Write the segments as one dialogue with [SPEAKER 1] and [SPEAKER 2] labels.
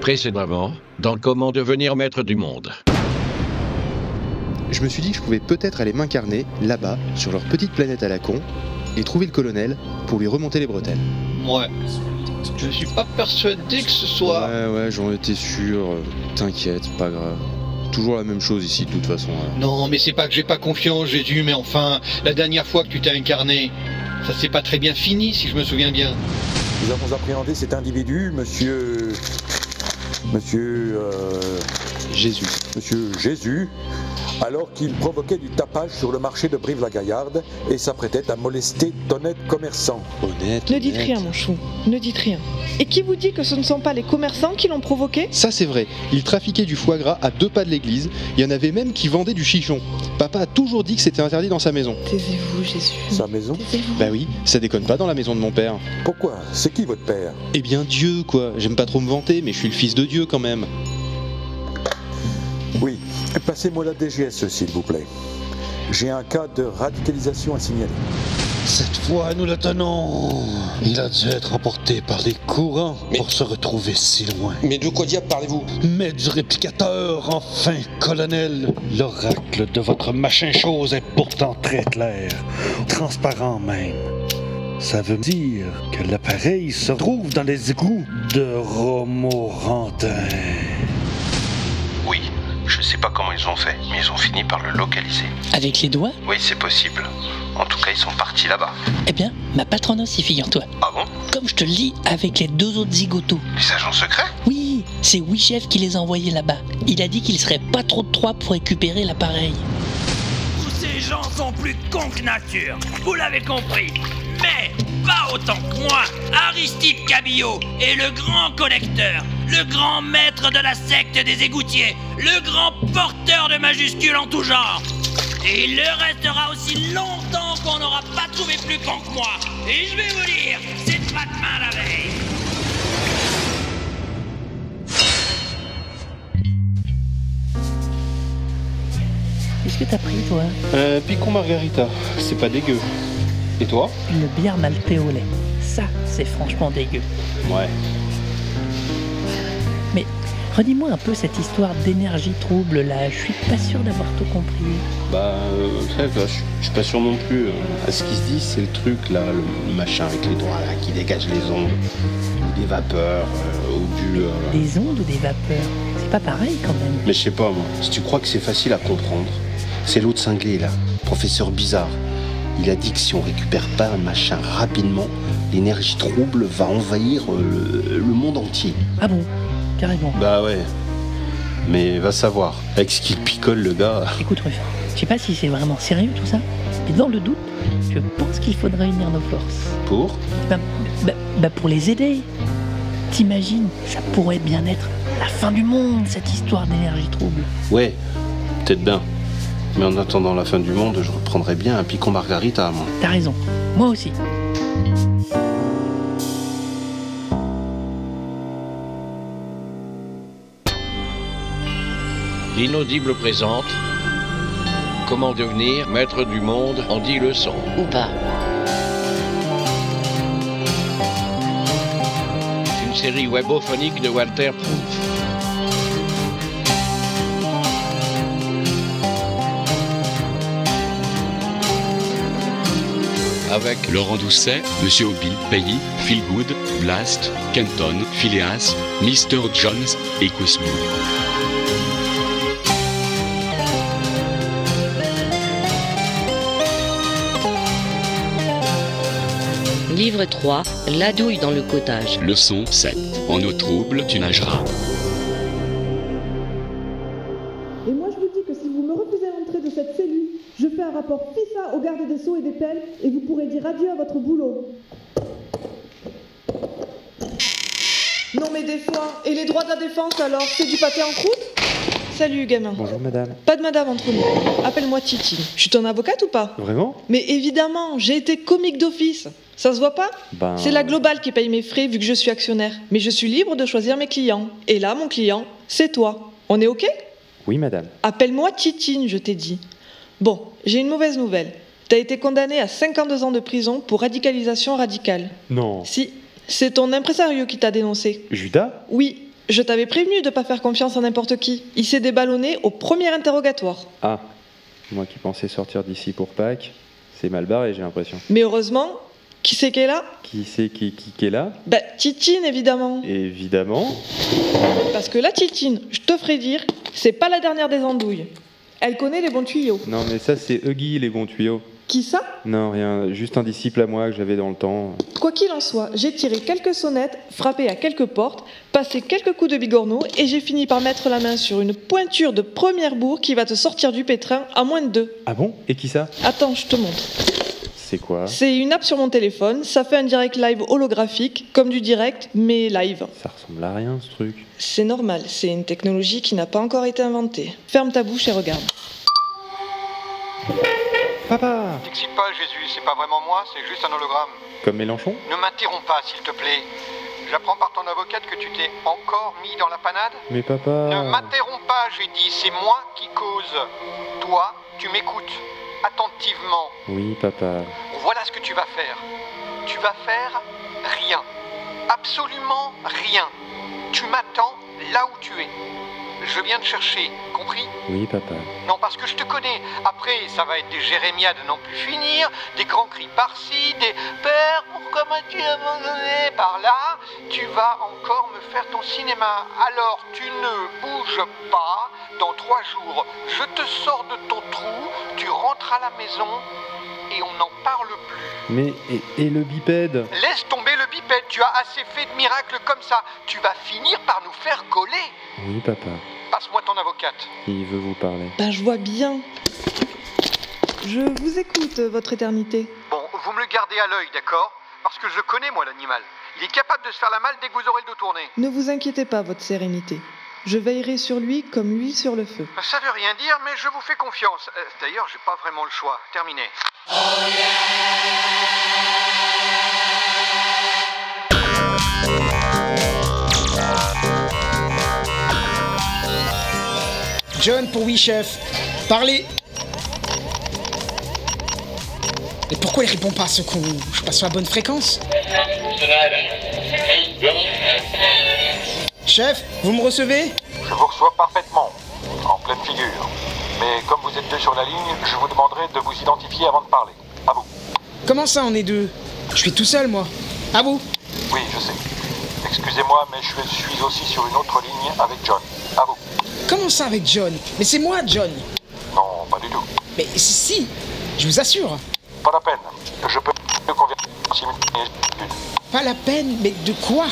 [SPEAKER 1] précédemment dans Comment devenir maître du monde.
[SPEAKER 2] Je me suis dit que je pouvais peut-être aller m'incarner là-bas, sur leur petite planète à la con, et trouver le colonel pour lui remonter les bretelles.
[SPEAKER 3] Ouais. Je suis pas persuadé que ce soit.
[SPEAKER 2] Ouais, ouais, j'en étais sûr. euh, T'inquiète, pas grave. Toujours la même chose ici, de toute façon. hein.
[SPEAKER 3] Non, mais c'est pas que j'ai pas confiance, Jésus, mais enfin, la dernière fois que tu t'es incarné, ça s'est pas très bien fini, si je me souviens bien.
[SPEAKER 4] Nous avons appréhendé cet individu, monsieur. Monsieur. euh,
[SPEAKER 2] Jésus.
[SPEAKER 4] monsieur Jésus, alors qu'il provoquait du tapage sur le marché de Brive-la-Gaillarde et s'apprêtait à molester d'honnêtes commerçants.
[SPEAKER 2] Honnête.
[SPEAKER 5] Ne dites
[SPEAKER 2] honnête.
[SPEAKER 5] rien, mon chou. Ne dites rien. Et qui vous dit que ce ne sont pas les commerçants qui l'ont provoqué
[SPEAKER 2] Ça c'est vrai, il trafiquait du foie gras à deux pas de l'église, il y en avait même qui vendaient du chichon. Papa a toujours dit que c'était interdit dans sa maison.
[SPEAKER 5] Taisez-vous, Jésus.
[SPEAKER 4] Sa maison
[SPEAKER 5] Taisez-vous.
[SPEAKER 2] Bah oui, ça déconne pas dans la maison de mon père.
[SPEAKER 4] Pourquoi C'est qui votre père
[SPEAKER 2] Eh bien Dieu quoi, j'aime pas trop me vanter, mais je suis le fils de Dieu quand même.
[SPEAKER 4] Oui, passez-moi la DGSE, s'il vous plaît. J'ai un cas de radicalisation à signaler.
[SPEAKER 6] Cette fois, nous le tenons. Il a dû être emporté par les courants
[SPEAKER 7] Mais-
[SPEAKER 6] pour se retrouver si loin.
[SPEAKER 7] Mais de quoi diable parlez-vous
[SPEAKER 6] Mais du réplicateur, enfin, colonel. L'oracle de votre machin chose est pourtant très clair, transparent même. Ça veut dire que l'appareil se trouve dans les égouts de Romorantin.
[SPEAKER 8] Oui, je sais pas comment ils ont fait, mais ils ont fini par le localiser.
[SPEAKER 9] Avec les doigts
[SPEAKER 8] Oui, c'est possible. En tout cas, ils sont partis là-bas.
[SPEAKER 9] Eh bien, ma patronne aussi, figure-toi.
[SPEAKER 8] Ah bon
[SPEAKER 9] Comme je te le dis, avec les deux autres zigotos.
[SPEAKER 8] Les agents secrets
[SPEAKER 9] Oui, c'est Wichef qui les a envoyés là-bas. Il a dit qu'il serait pas trop de trois pour récupérer l'appareil.
[SPEAKER 10] Tous ces gens sont plus cons que nature, vous l'avez compris. Mais pas autant que moi, Aristide Cabillaud est le grand collecteur, le grand maître de la secte des égoutiers, le grand porteur de majuscules en tout genre. Et il le restera aussi longtemps qu'on n'aura pas trouvé plus con que moi. Et je vais vous dire, c'est pas demain la veille.
[SPEAKER 9] Qu'est-ce que t'as pris, toi
[SPEAKER 11] Un Euh, picon margarita, c'est pas dégueu. Et toi
[SPEAKER 9] Une bière maltée au lait. Ça, c'est franchement dégueu.
[SPEAKER 11] Ouais.
[SPEAKER 9] Mais redis-moi un peu cette histoire d'énergie trouble là, je suis pas sûr d'avoir tout compris.
[SPEAKER 11] Bah, euh, ouais, bah, je je suis pas sûr non plus. euh. À ce qui se dit, c'est le truc là, le machin avec les doigts là qui dégage les ondes, ou des vapeurs, euh, ou du. euh,
[SPEAKER 9] Des ondes ou des vapeurs C'est pas pareil quand même.
[SPEAKER 11] Mais je sais pas, moi, si tu crois que c'est facile à comprendre, c'est l'autre cinglé là, professeur bizarre. Il a dit que si on récupère pas un machin rapidement, l'énergie trouble va envahir euh, le- le monde entier.
[SPEAKER 9] Ah bon Carrément.
[SPEAKER 11] Bah ouais. Mais va savoir, avec ce qu'il picole le gars.
[SPEAKER 9] Écoute, Ruff, je sais pas si c'est vraiment sérieux tout ça, mais dans le doute, je pense qu'il faudrait unir nos forces.
[SPEAKER 11] Pour
[SPEAKER 9] Bah, bah- bah pour les aider. T'imagines, ça pourrait bien être la fin du monde, cette histoire d'énergie trouble.
[SPEAKER 11] Ouais, peut-être bien. Mais en attendant la fin du monde, je reprendrai bien un picon margarita, moi.
[SPEAKER 9] T'as raison, moi aussi.
[SPEAKER 1] L'inaudible présente Comment devenir maître du monde en 10 leçons.
[SPEAKER 9] Ou pas.
[SPEAKER 1] Une série webophonique de Walter Proof. Avec
[SPEAKER 10] Laurent Doucet, Monsieur Obi, Peggy, Phil Good, Blast, Kenton, Phileas, Mr. Jones et Quismo.
[SPEAKER 9] Livre 3, la douille dans le cottage.
[SPEAKER 10] Leçon 7. En eau trouble, tu nageras.
[SPEAKER 5] Et moi, je vous dis que si vous me refusez l'entrée de cette cellule, je fais un rapport FISA au garde des Sceaux et des Peines et vous pourrez dire adieu à votre boulot. Non, mais des fois, et les droits de la défense alors C'est du pâté en croûte Salut, gamin.
[SPEAKER 2] Bonjour madame.
[SPEAKER 5] Pas de madame entre nous. Appelle-moi Titi. Je suis ton avocate ou pas
[SPEAKER 2] Vraiment
[SPEAKER 5] Mais évidemment, j'ai été comique d'office. Ça se voit pas
[SPEAKER 2] Ben.
[SPEAKER 5] C'est la globale qui paye mes frais vu que je suis actionnaire. Mais je suis libre de choisir mes clients. Et là, mon client, c'est toi. On est OK
[SPEAKER 2] Oui madame.
[SPEAKER 5] Appelle-moi Titine, je t'ai dit. Bon, j'ai une mauvaise nouvelle. T'as été condamné à 52 ans de prison pour radicalisation radicale.
[SPEAKER 2] Non.
[SPEAKER 5] Si, c'est ton impresario qui t'a dénoncé.
[SPEAKER 2] Judas
[SPEAKER 5] Oui, Je t'avais prévenu de pas faire confiance à n'importe qui. Il s'est déballonné au premier interrogatoire.
[SPEAKER 12] Ah, moi qui pensais sortir d'ici pour Pâques, c'est mal barré, j'ai l'impression.
[SPEAKER 5] Mais heureusement, qui c'est qui est là
[SPEAKER 12] Qui c'est qui, qui, qui est là
[SPEAKER 5] Bah, Titine, évidemment.
[SPEAKER 12] Évidemment.
[SPEAKER 5] Parce que la Titine, je te ferai dire, c'est pas la dernière des andouilles. Elle connaît les bons tuyaux.
[SPEAKER 12] Non, mais ça, c'est Huggy, les bons tuyaux.
[SPEAKER 5] Qui ça
[SPEAKER 12] Non, rien, juste un disciple à moi que j'avais dans le temps.
[SPEAKER 5] Quoi qu'il en soit, j'ai tiré quelques sonnettes, frappé à quelques portes, passé quelques coups de bigorneau et j'ai fini par mettre la main sur une pointure de première bourre qui va te sortir du pétrin à moins de deux.
[SPEAKER 12] Ah bon Et qui ça
[SPEAKER 5] Attends, je te montre.
[SPEAKER 12] C'est quoi
[SPEAKER 5] C'est une app sur mon téléphone, ça fait un direct live holographique, comme du direct, mais live.
[SPEAKER 12] Ça ressemble à rien, ce truc.
[SPEAKER 5] C'est normal, c'est une technologie qui n'a pas encore été inventée. Ferme ta bouche et regarde.
[SPEAKER 12] Papa
[SPEAKER 3] T'excite pas, Jésus, c'est pas vraiment moi, c'est juste un hologramme.
[SPEAKER 12] Comme Mélenchon
[SPEAKER 3] Ne m'interromps pas, s'il te plaît. J'apprends par ton avocate que tu t'es encore mis dans la panade
[SPEAKER 12] Mais papa...
[SPEAKER 3] Ne m'interromps pas, j'ai dit, c'est moi qui cause. Toi, tu m'écoutes attentivement.
[SPEAKER 12] Oui, papa.
[SPEAKER 3] Voilà ce que tu vas faire. Tu vas faire rien. Absolument rien. Tu m'attends là où tu es. Je viens te chercher, compris
[SPEAKER 12] Oui, papa.
[SPEAKER 3] Non, parce que je te connais. Après, ça va être des jérémiades à non plus finir, des grands cris par-ci, des Père, pourquoi m'as-tu abandonné par là Tu vas encore me faire ton cinéma. Alors, tu ne bouges pas. Dans trois jours, je te sors de ton trou, tu rentres à la maison et on n'en parle plus.
[SPEAKER 12] Mais, et, et le bipède
[SPEAKER 3] Laisse tomber le bipède, tu as assez fait de miracles comme ça. Tu vas finir par nous faire coller.
[SPEAKER 12] Oui, papa.
[SPEAKER 3] Passe-moi ton avocate.
[SPEAKER 12] Il veut vous parler.
[SPEAKER 5] Ben, je vois bien. Je vous écoute, votre éternité.
[SPEAKER 3] Bon, vous me le gardez à l'œil, d'accord Parce que je connais, moi, l'animal. Il est capable de se faire la malle dès que vous aurez le dos tourné.
[SPEAKER 5] Ne vous inquiétez pas, votre sérénité. Je veillerai sur lui comme lui sur le feu.
[SPEAKER 3] Ça veut rien dire, mais je vous fais confiance. Euh, D'ailleurs, j'ai pas vraiment le choix. Terminé.
[SPEAKER 13] John pour oui, chef. Parlez Mais pourquoi il répond pas à ce con Je passe sur la bonne fréquence Chef, vous me recevez
[SPEAKER 4] Je vous reçois parfaitement, en pleine figure. Mais comme vous êtes deux sur la ligne, je vous demanderai de vous identifier avant de parler. À vous.
[SPEAKER 13] Comment ça, on est deux Je suis tout seul, moi. À vous
[SPEAKER 4] Oui, je sais. Excusez-moi, mais je suis aussi sur une autre ligne avec John. À vous.
[SPEAKER 13] Comment ça avec John Mais c'est moi, John
[SPEAKER 4] Non, pas du tout.
[SPEAKER 13] Mais si, si, je vous assure.
[SPEAKER 4] Pas la peine. Je peux me convertir en simultané.
[SPEAKER 13] Pas la peine, mais de quoi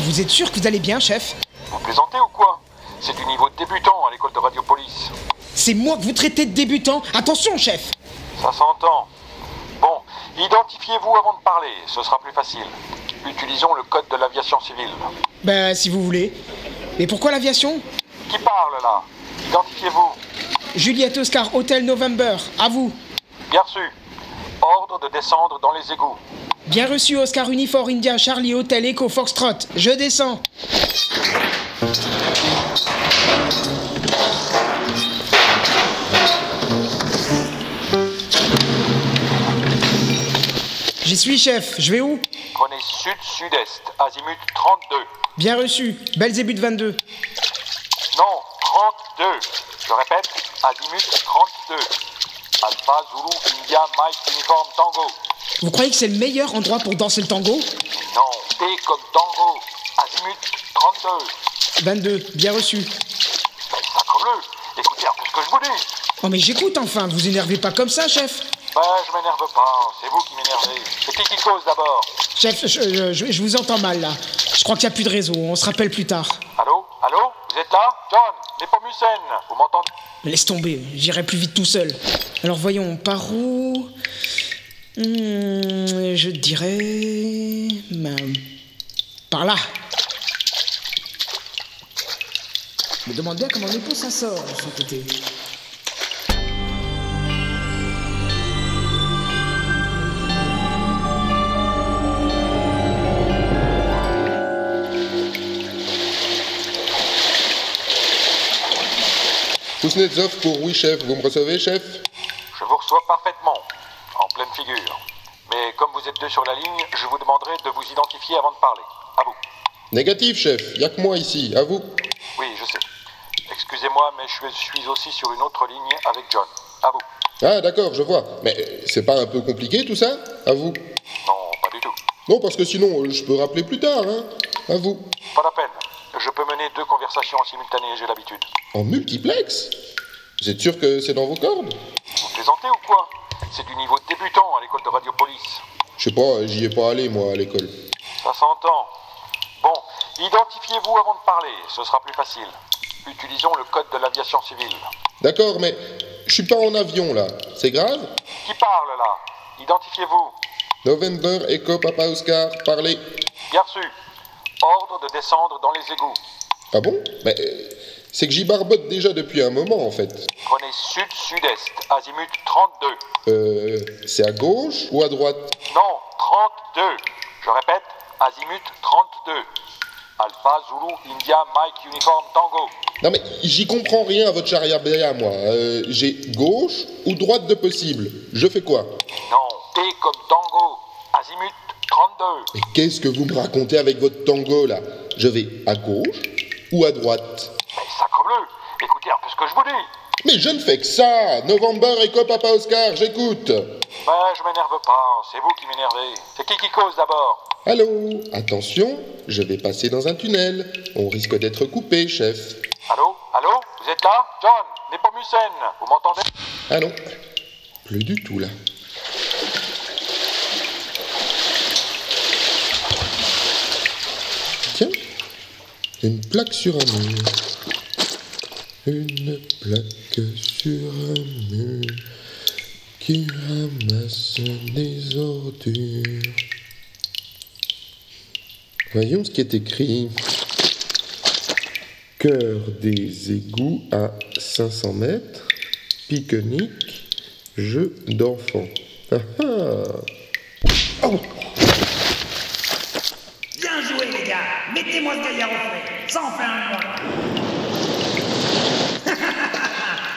[SPEAKER 13] Vous êtes sûr que vous allez bien, chef
[SPEAKER 4] Vous plaisantez ou quoi C'est du niveau de débutant à l'école de Radiopolis.
[SPEAKER 13] C'est moi que vous traitez de débutant Attention, chef
[SPEAKER 4] Ça s'entend. Bon, identifiez-vous avant de parler, ce sera plus facile. Utilisons le code de l'aviation civile.
[SPEAKER 13] Ben, si vous voulez. Mais pourquoi l'aviation
[SPEAKER 4] Qui parle là Identifiez-vous.
[SPEAKER 13] Juliette Oscar, Hôtel November, à vous.
[SPEAKER 4] Bien reçu. Ordre de descendre dans les égouts.
[SPEAKER 13] Bien reçu, Oscar Unifor India, Charlie Hôtel Echo Foxtrot. Je descends. J'y suis, chef. Je vais où
[SPEAKER 4] Prenez sud-sud-est, azimut 32.
[SPEAKER 13] Bien reçu. Belzébuth 22.
[SPEAKER 4] Non, 32. Je répète, azimut 32. Alpha Zulu India Mike Uniform Tango.
[SPEAKER 13] Vous croyez que c'est le meilleur endroit pour danser le tango
[SPEAKER 4] Non, T comme Tango. Azimut 32.
[SPEAKER 13] 22. Bien reçu.
[SPEAKER 4] Ben, sacre-le. Écoutez un peu ce que je vous dis.
[SPEAKER 13] Oh, mais j'écoute enfin. Vous énervez pas comme ça, chef.
[SPEAKER 4] Ben, je m'énerve pas. hein. C'est vous qui m'énervez. C'est qui qui cause d'abord
[SPEAKER 13] Chef, je, je- je vous entends mal là. Je crois qu'il n'y a plus de réseau. On se rappelle plus tard.
[SPEAKER 4] Allô Allô Vous êtes là John, Nepomucène, vous m'entendez
[SPEAKER 13] Laisse tomber, j'irai plus vite tout seul. Alors voyons, par où Hmm, Je dirais. ben, par là. Je me demande bien comment on épouse ça sort, son côté.
[SPEAKER 14] Kuznetsov pour oui, chef. Vous me recevez, chef
[SPEAKER 4] Je vous reçois parfaitement, en pleine figure. Mais comme vous êtes deux sur la ligne, je vous demanderai de vous identifier avant de parler. À vous.
[SPEAKER 14] Négatif, chef. Y a que moi ici. À vous.
[SPEAKER 4] Oui, je sais. Excusez-moi, mais je suis aussi sur une autre ligne avec John. À vous.
[SPEAKER 14] Ah, d'accord, je vois. Mais euh, c'est pas un peu compliqué tout ça À vous.
[SPEAKER 4] Non, pas du tout.
[SPEAKER 14] Non, parce que sinon, euh, je peux rappeler plus tard, hein. À vous.
[SPEAKER 4] Pas la peine. Je peux mener deux conversations en simultané, j'ai l'habitude.
[SPEAKER 14] En multiplex Vous êtes sûr que c'est dans vos cordes
[SPEAKER 4] Vous plaisantez ou quoi C'est du niveau de débutant à l'école de Radiopolis.
[SPEAKER 14] Je sais pas, j'y ai pas allé, moi, à l'école.
[SPEAKER 4] Ça s'entend. Bon, identifiez-vous avant de parler, ce sera plus facile. Utilisons le code de l'aviation civile.
[SPEAKER 14] D'accord, mais je suis pas en avion, là. C'est grave
[SPEAKER 4] Qui parle là Identifiez-vous.
[SPEAKER 14] November, Echo, Papa Oscar, parlez.
[SPEAKER 4] Bien reçu. Ordre de descendre dans les égouts.
[SPEAKER 14] Ah bon Mais euh, c'est que j'y barbote déjà depuis un moment, en fait.
[SPEAKER 4] Prenez sud-sud-est, azimut 32.
[SPEAKER 14] Euh, c'est à gauche ou à droite
[SPEAKER 4] Non, 32. Je répète, azimut 32. Alpha Zulu India Mike Uniform Tango.
[SPEAKER 14] Non mais j'y comprends rien à votre charabia, moi. Euh, J'ai gauche ou droite de possible. Je fais quoi
[SPEAKER 4] Non, T comme Tango, azimut 32.
[SPEAKER 14] Mais qu'est-ce que vous me racontez avec votre tango, là Je vais à gauche ou à droite
[SPEAKER 4] Mais sacrebleu, écoutez un peu ce que je vous dis.
[SPEAKER 14] Mais je ne fais que ça November Echo Papa Oscar, j'écoute
[SPEAKER 4] Ben, je m'énerve pas, c'est vous qui m'énervez. C'est qui qui cause d'abord
[SPEAKER 14] Allô Attention, je vais passer dans un tunnel. On risque d'être coupé, chef.
[SPEAKER 4] Allô Allô Vous êtes là John, Nepomucène, vous m'entendez
[SPEAKER 14] Ah non, plus du tout, là. Tiens, une plaque sur un mur. Une plaque sur un mur qui ramasse des ordures. Voyons ce qui est écrit. Cœur des égouts à 500 mètres, pique-nique, jeu d'enfant. Ah ah Oh
[SPEAKER 10] Bien joué, les gars Mettez-moi ce gaillard au frais Ça en fait un point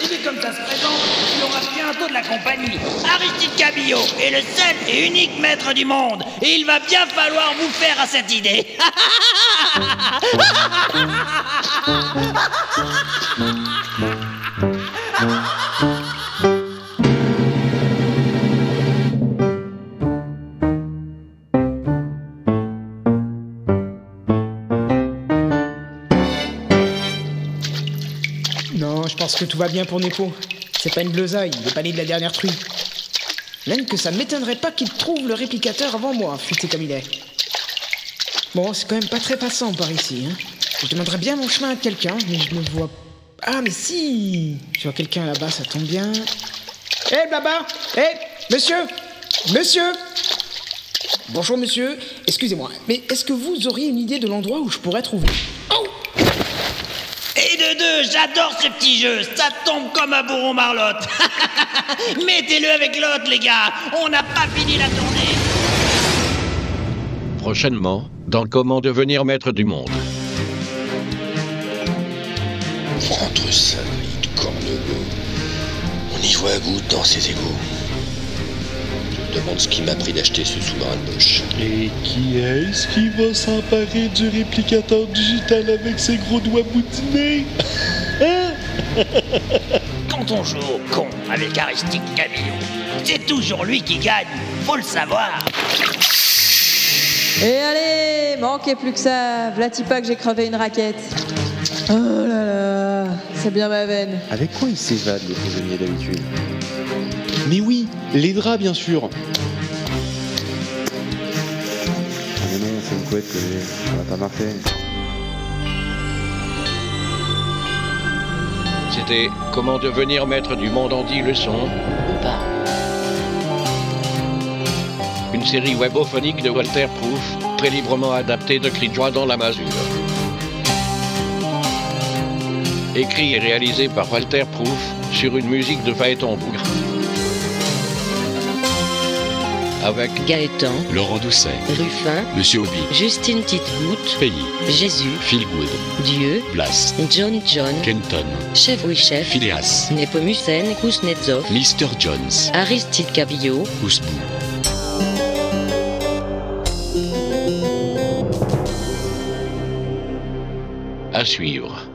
[SPEAKER 10] Et vu comme ça se présente, il aura bientôt de la compagnie Aristide Cabillot est le seul et unique maître du monde Et il va bien falloir vous faire à cette idée
[SPEAKER 13] Non, je pense que tout va bien pour Nepo. C'est pas une bleusaille, il est pas né de la dernière truie. Même que ça m'étonnerait pas qu'il trouve le réplicateur avant moi, futé comme il est. Bon, c'est quand même pas très passant par ici, hein. Je demanderais bien mon chemin à quelqu'un, mais je me vois. Ah, mais si Je vois quelqu'un là-bas, ça tombe bien. Hé, blabla Hé, monsieur Monsieur Bonjour, monsieur. Excusez-moi, mais est-ce que vous auriez une idée de l'endroit où je pourrais trouver
[SPEAKER 10] Et de deux, j'adore ce petit jeu, ça tombe comme un bourron marlotte. Mettez-le avec l'autre, les gars, on n'a pas fini la tournée.
[SPEAKER 1] Prochainement, dans Comment devenir maître du monde.
[SPEAKER 15] Prendre sa vie de corneux. On y voit à goutte dans ses égouts. Je me demande ce qui m'a pris d'acheter ce sous-marin de poche.
[SPEAKER 6] Et qui est-ce qui va s'emparer du réplicateur digital avec ses gros doigts boutinés Hein
[SPEAKER 10] Quand on joue au con avec Aristique Camillon, c'est toujours lui qui gagne, faut le savoir.
[SPEAKER 16] Et allez, manquez plus que ça. Vlati pas que j'ai crevé une raquette. Oh là là, c'est bien ma veine.
[SPEAKER 12] Avec quoi il s'évade, le prisonnier d'habitude
[SPEAKER 2] Mais oui, les draps, bien sûr
[SPEAKER 12] Ah, Mais non, c'est une couette que j'ai. Ça va pas marcher.
[SPEAKER 1] C'était Comment devenir maître du monde en 10 leçons. Une série webophonique de Walter Proof, très librement adaptée de Cri de joie dans la masure. Écrit et réalisé par Walter Proof sur une musique de Phaéton Bougre. Avec
[SPEAKER 17] Gaëtan,
[SPEAKER 18] Laurent Doucet,
[SPEAKER 17] Ruffin,
[SPEAKER 18] Monsieur Obi,
[SPEAKER 17] Justine Titebout,
[SPEAKER 18] Pays,
[SPEAKER 17] Jésus,
[SPEAKER 18] Feelgood,
[SPEAKER 17] Dieu,
[SPEAKER 18] Blas,
[SPEAKER 17] John John,
[SPEAKER 18] Kenton,
[SPEAKER 17] Chef oui Chef,
[SPEAKER 18] Phileas,
[SPEAKER 17] Nepomucène, Kuznetsov,
[SPEAKER 18] Mr. Jones,
[SPEAKER 17] Aristide Cavillot,
[SPEAKER 18] Ousbou.
[SPEAKER 1] À suivre.